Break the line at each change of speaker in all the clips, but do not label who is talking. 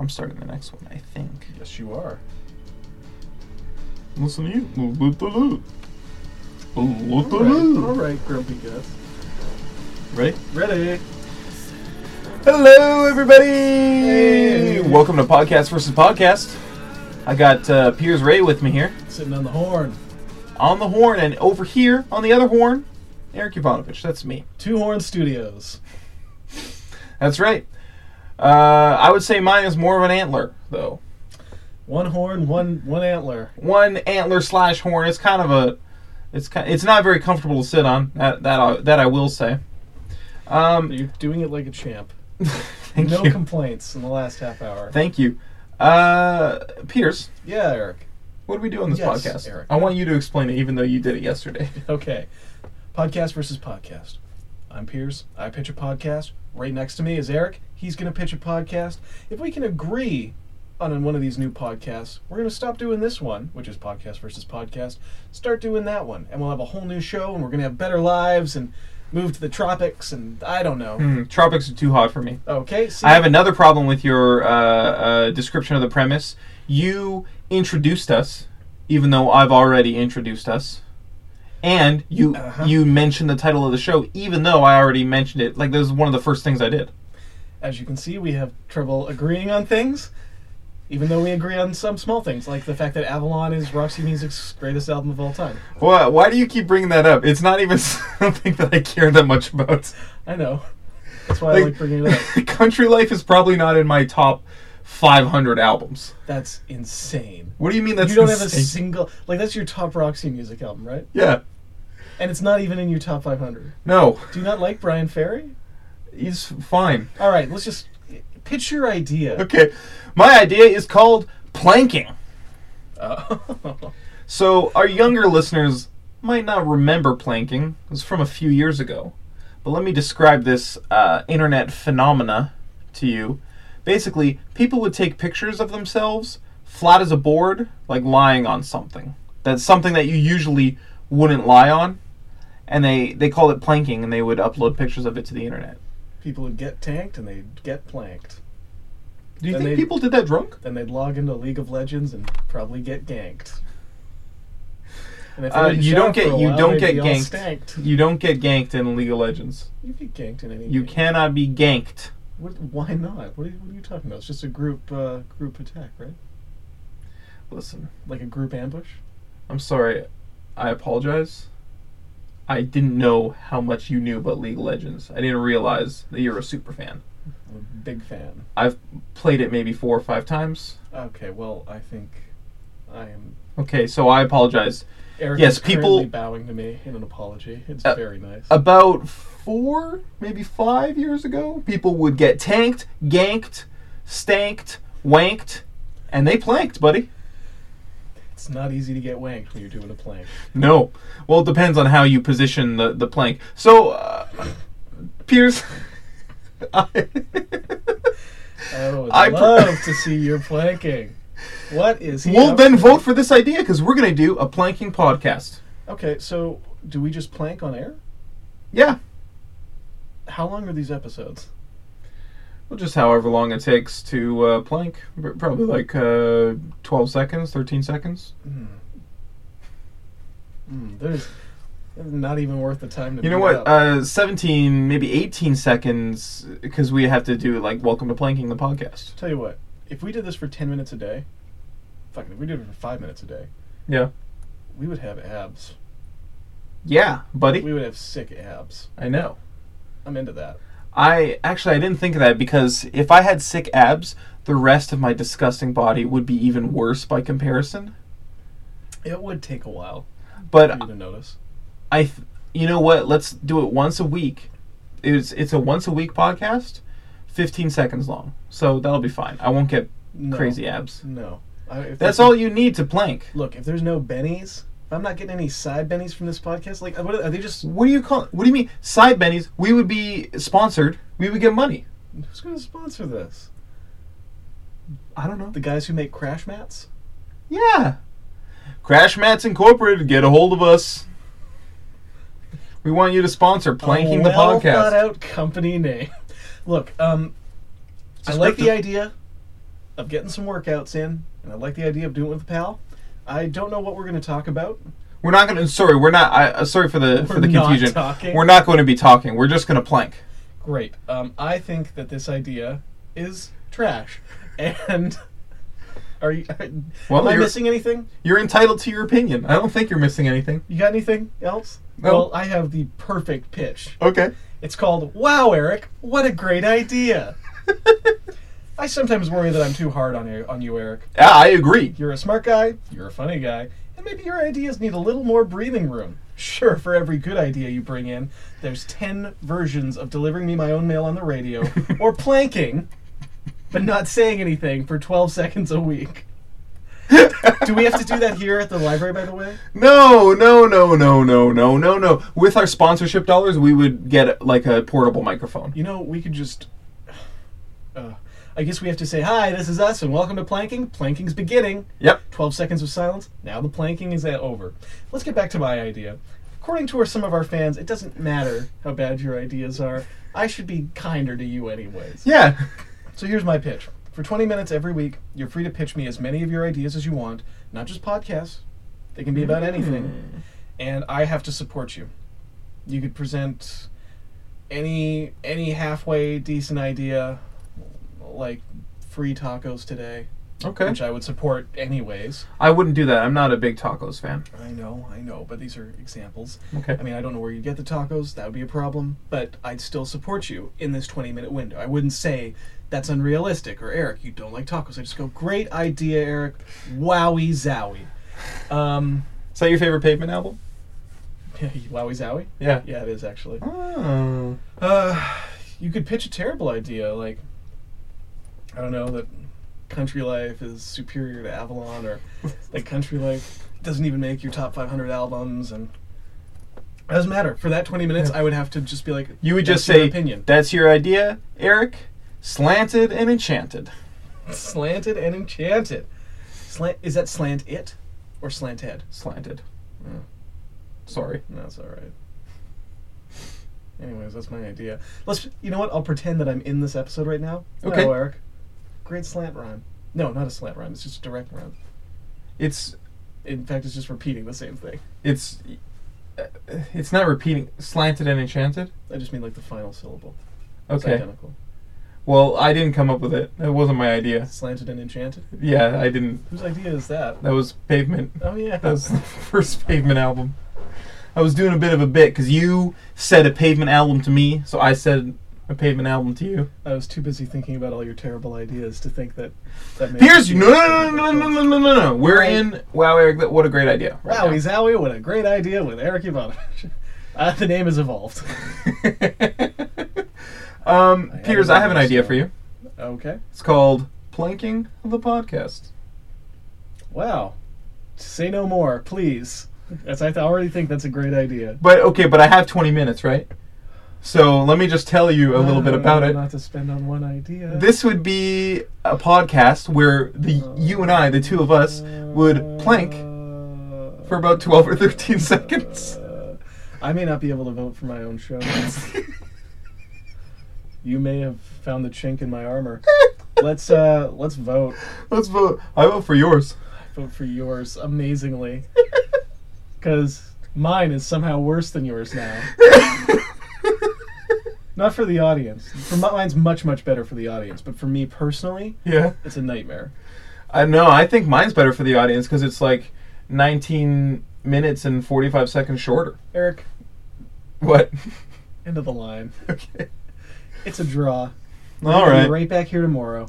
I'm starting the next one, I think.
Yes, you are.
Listen to you. Loot the loot. Loot the
All right, all
loot.
right, Grumpy Gus.
Ready?
Ready?
Hello, everybody.
Hey.
Welcome to Podcast versus Podcast. I got uh, Piers Ray with me here
Sitting on the horn.
on the horn, and over here on the other horn, Eric Ivanovich. That's me.
Two Horn Studios.
That's right. Uh, I would say mine is more of an antler, though.
One horn, one one antler.
One antler slash horn. It's kind of a. It's kind, It's not very comfortable to sit on. That that I, that I will say. Um,
You're doing it like a champ.
thank
no
you.
complaints in the last half hour.
Thank you. Uh, Pierce,
yeah, Eric.
what do we do on this
Yes,
podcast?
Eric.
I want you to explain it, even though you did it yesterday.
Okay. Podcast versus podcast. I'm Piers. I pitch a podcast. Right next to me is Eric. He's going to pitch a podcast. If we can agree on one of these new podcasts, we're going to stop doing this one, which is podcast versus podcast, start doing that one. And we'll have a whole new show and we're going to have better lives and move to the tropics and I don't know.
Hmm, tropics are too hot for me.
Okay. See,
I have another problem with your uh, uh, description of the premise. You introduced us, even though I've already introduced us, and you
Uh-huh.
you mentioned the title of the show, even though I already mentioned it. Like this is one of the first things I did.
as you can see, we have trouble agreeing on things. Even though we agree on some small things, like the fact that Avalon is Roxy Music's greatest album of all time.
Why Why do you keep bringing that up? It's not even something that I care that much about.
I know. That's why I like bringing it up.
Country Life is probably not in my top 500 albums.
That's insane.
What do you mean that's
you don't have a
insane?
single like that's your top Roxy music album, right?
Yeah.
And it's not even in your top 500.
No.
Do you not like Brian Ferry?
He's fine.
All right, let's just pitch your idea.
Okay. My idea is called planking.
Uh,
So our younger listeners might not remember planking. It was from a few years ago. But let me describe this uh, internet phenomena to you. Basically, people would take pictures of themselves flat as a board, like lying on something. That's something that you usually wouldn't lie on. And they, they called it planking, and they would upload pictures of it to the internet.
people would get tanked and they'd get planked.
Do you
And
think
they-
people did that drunk?
Then they'd log into League of Legends and probably get ganked. And if they
Uh,
didn't
you
shout
don't
for
get
a
you
while,
don't
they'd
get
be all
ganked.
Stanked.
You don't get ganked in League of Legends.
You get ganked in any.
You
game.
cannot be ganked.
What, why not? What are, you, what are you talking about? It's just a group uh, group attack, right?
Listen,
Like a group ambush.
I'm sorry. I apologize. I didn't know how much you knew about League of Legends. I didn't realize that you're a super fan.
I'm a big fan.
I've played it maybe four or five times.
Okay, well, I think I am.
Okay, so I apologize.
Eric
Yes,
is
people-
currently bowing to me in an apology. It's
Uh,
very nice.
About four, maybe five years ago, people would get tanked, ganked, stanked, wanked, and they planked, buddy.
it's not easy to get wanked when you're doing a plank.
No. Well, it depends on how you position the, the plank. So, uh, Pierce, I,
I would
I pro-
Oh, love to see your planking. What is he?
we'll
up
then
to?
vote for this idea because we're going to do a planking podcast.
Okay, so do we just plank on air?
Yeah.
How long are these episodes?
Well, just however long it takes to uh, plank. Pr- Probably like uh, 12 seconds, 13 seconds.
Hmm. Hmm, there's not even worth the time to.
You know
beat
what?
up.
Uh, 17, maybe 18 seconds because we have to do like Welcome to Planking the podcast.
Tell you what, if we did this for ten minutes a day, fucking, if we did it for five minutes a day,
Yeah.
we would have abs.
Yeah, buddy.
We would have sick abs.
I know.
I'm into that.
I actually I didn't think of that because if I had sick abs, the rest of my disgusting body would be even worse by comparison.
It would take a while for
But
you to notice.
I, th- you know what? Let's do it once a week. It's it's a once a week podcast, fifteen seconds long, so that'll be fine. I won't get
No.
crazy abs.
No. I, if
That's
there's-
all you need to plank.
Look, if there's no bennies, if I'm not getting any side bennies from this podcast. Like, what are, are they just?
What do you call? What do you mean side bennies? We would be sponsored. We would get money.
Who's going to sponsor this?
I don't know.
The guys who make crash mats?
Yeah. Crash Mats Incorporated, get a hold of us. We want you to sponsor Planking
A
the
Oh, well uh, Thought
Podcast.
out company name. Look, um, I like the
Descriptive.
idea. of getting some workouts in, and I like the idea of doing it with a pal. I don't know what we're going to talk about.
We're not going to. Sorry, we're not. I, uh, sorry for the for
We're
the
not
confusion.
talking.
We're not going to be talking. We're just going to plank.
Great. Um, I think that this idea is trash. And are you? Are,
Well,
am I
you're-
missing anything?
You're entitled to your opinion. I don't think you're missing anything.
You got anything else?
No.
Well, I have the perfect pitch.
Okay.
It's called Wow, Eric, what a great idea. I sometimes worry that I'm too hard on you, on you, Eric.
Yeah, I agree.
You're a smart guy, you're a funny guy, and maybe your ideas need a little more breathing room. Sure, for every good idea you bring in, there's 10 versions of delivering me my own mail on the radio or planking, but not saying anything for 12 seconds a week. Do we have to do that here at the library, by the way?
No, no, no, no, no, no, no, no. With our sponsorship dollars, we would get like a portable microphone.
You know, we could just. Uh, I guess we have to say, hi, this is us, and welcome to planking. Planking's beginning.
Yep.
12 seconds of silence. Now the planking is uh, over. Let's get back to my idea. According to our, some of our fans, it doesn't matter how bad your ideas are. I should be kinder to you, anyways.
Yeah.
So here's my pitch. For 20 minutes every week, you're free to pitch me as many of your ideas as you want, not just podcasts. They can be about anything. And I have to support you. You could present any any halfway decent idea like free tacos today,
Okay.
which I would support anyways.
I wouldn't do that. I'm not a big tacos fan.
I know, I know, but these are examples.
Okay.
I mean, I don't know where you get the tacos. That would be a problem. But I'd still support you in this 20 minute window. I wouldn't say that's unrealistic or Eric, you don't like tacos. I just go, great idea, Eric. Wowie zowie. Um,
Is that your favorite pavement album?
wowie zowie?
Yeah.
Yeah, it is actually.
Oh.
Uh, you could pitch a terrible idea, like, I don't know, that country life is superior to Avalon, or that country life doesn't even make your top 500 albums, and it doesn't matter. For that 20 minutes, I would have to just be like,
You would
"That's
just
your
say,
opinion.
"That's your idea, Eric." Slanted and enchanted.
Slanted and enchanted. Slant, is that slant it or slant head? Mm.
Slanted. Sorry.
That's all right. Anyways, that's my idea. Let's. You know what? I'll pretend that I'm in this episode right now.
Okay.
Hello, Eric. Great slant rhyme. No, not a slant rhyme. It's just a direct rhyme.
It's
In fact, it's just repeating the same thing.
it's uh, it's not repeating slanted and enchanted.
I just mean like the final syllable. It's
Okay.
identical.
Well, I didn't come up with it. That wasn't my idea.
Slanted and enchanted.
Yeah, I didn't.
Whose idea is that?
That was pavement.
Oh yeah.
That was the first Pavement album. I was doing a bit of a bit because you said a Pavement album to me, so I said a Pavement album to you.
I was too busy thinking about all your terrible ideas to think that that. made
Here's
you-
no no no no no no no no no. We're in. Wow, Eric, that- what a great idea. right
Wowie zowie! What a great idea with Eric Ivanovich. Uh, the name has evolved.
now. um,
I had
Piers, I have an
another
idea for
song.
you.
okay.
It's called planking of the podcast.
Wow. Say no more, please. As I th- already think that's a great idea.
But okay, but I have 20 minutes, right? So let me just tell you a little bit about it.
Not to spend on one idea.
This would be a podcast where the you and I, the two of us, would plank for about 12 or 13 seconds.
Uh, I may not be able to vote for my own show. you may have found the chink in my armor. Let's uh, let's vote.
Let's vote. I vote for yours.
Vote for yours, amazingly, because mine is somehow worse than yours now. Not for the audience. For mi- mine's much much better for the audience, but for me personally,
yeah.
it's a nightmare.
I know. I think mine's better for the audience because it's like 19 minutes and 45 seconds shorter.
Eric,
What?
end of the line.
okay.
It's a draw.
All
We'll be
right.
right back here tomorrow.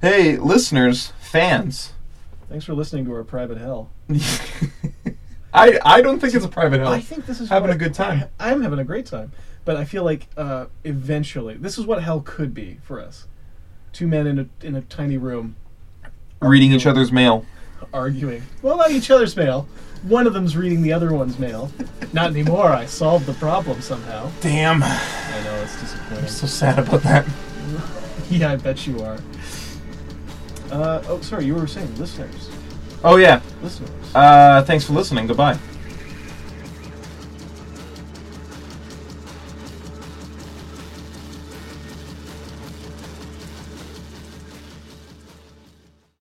Hey, listeners, fans.
Thanks for listening to our private hell.
I I don't think it's a private
I
health.
think this is
Oh, Having
what-
a good time.
I am having a great time, but I feel like uh, eventually this is what hell could be for us: two men in a in a tiny room
Reading each other's mail.
arguing. Well, not each other's mail. One of them's reading the other one's mail. Not anymore. I solved the problem somehow.
Damn.
I know it's disappointing.
So sad about that.
Yeah, I bet you are. Uh, oh, sorry, you were saying listeners.
Oh yeah.
Listeners.
Uh, thanks for listening. Goodbye.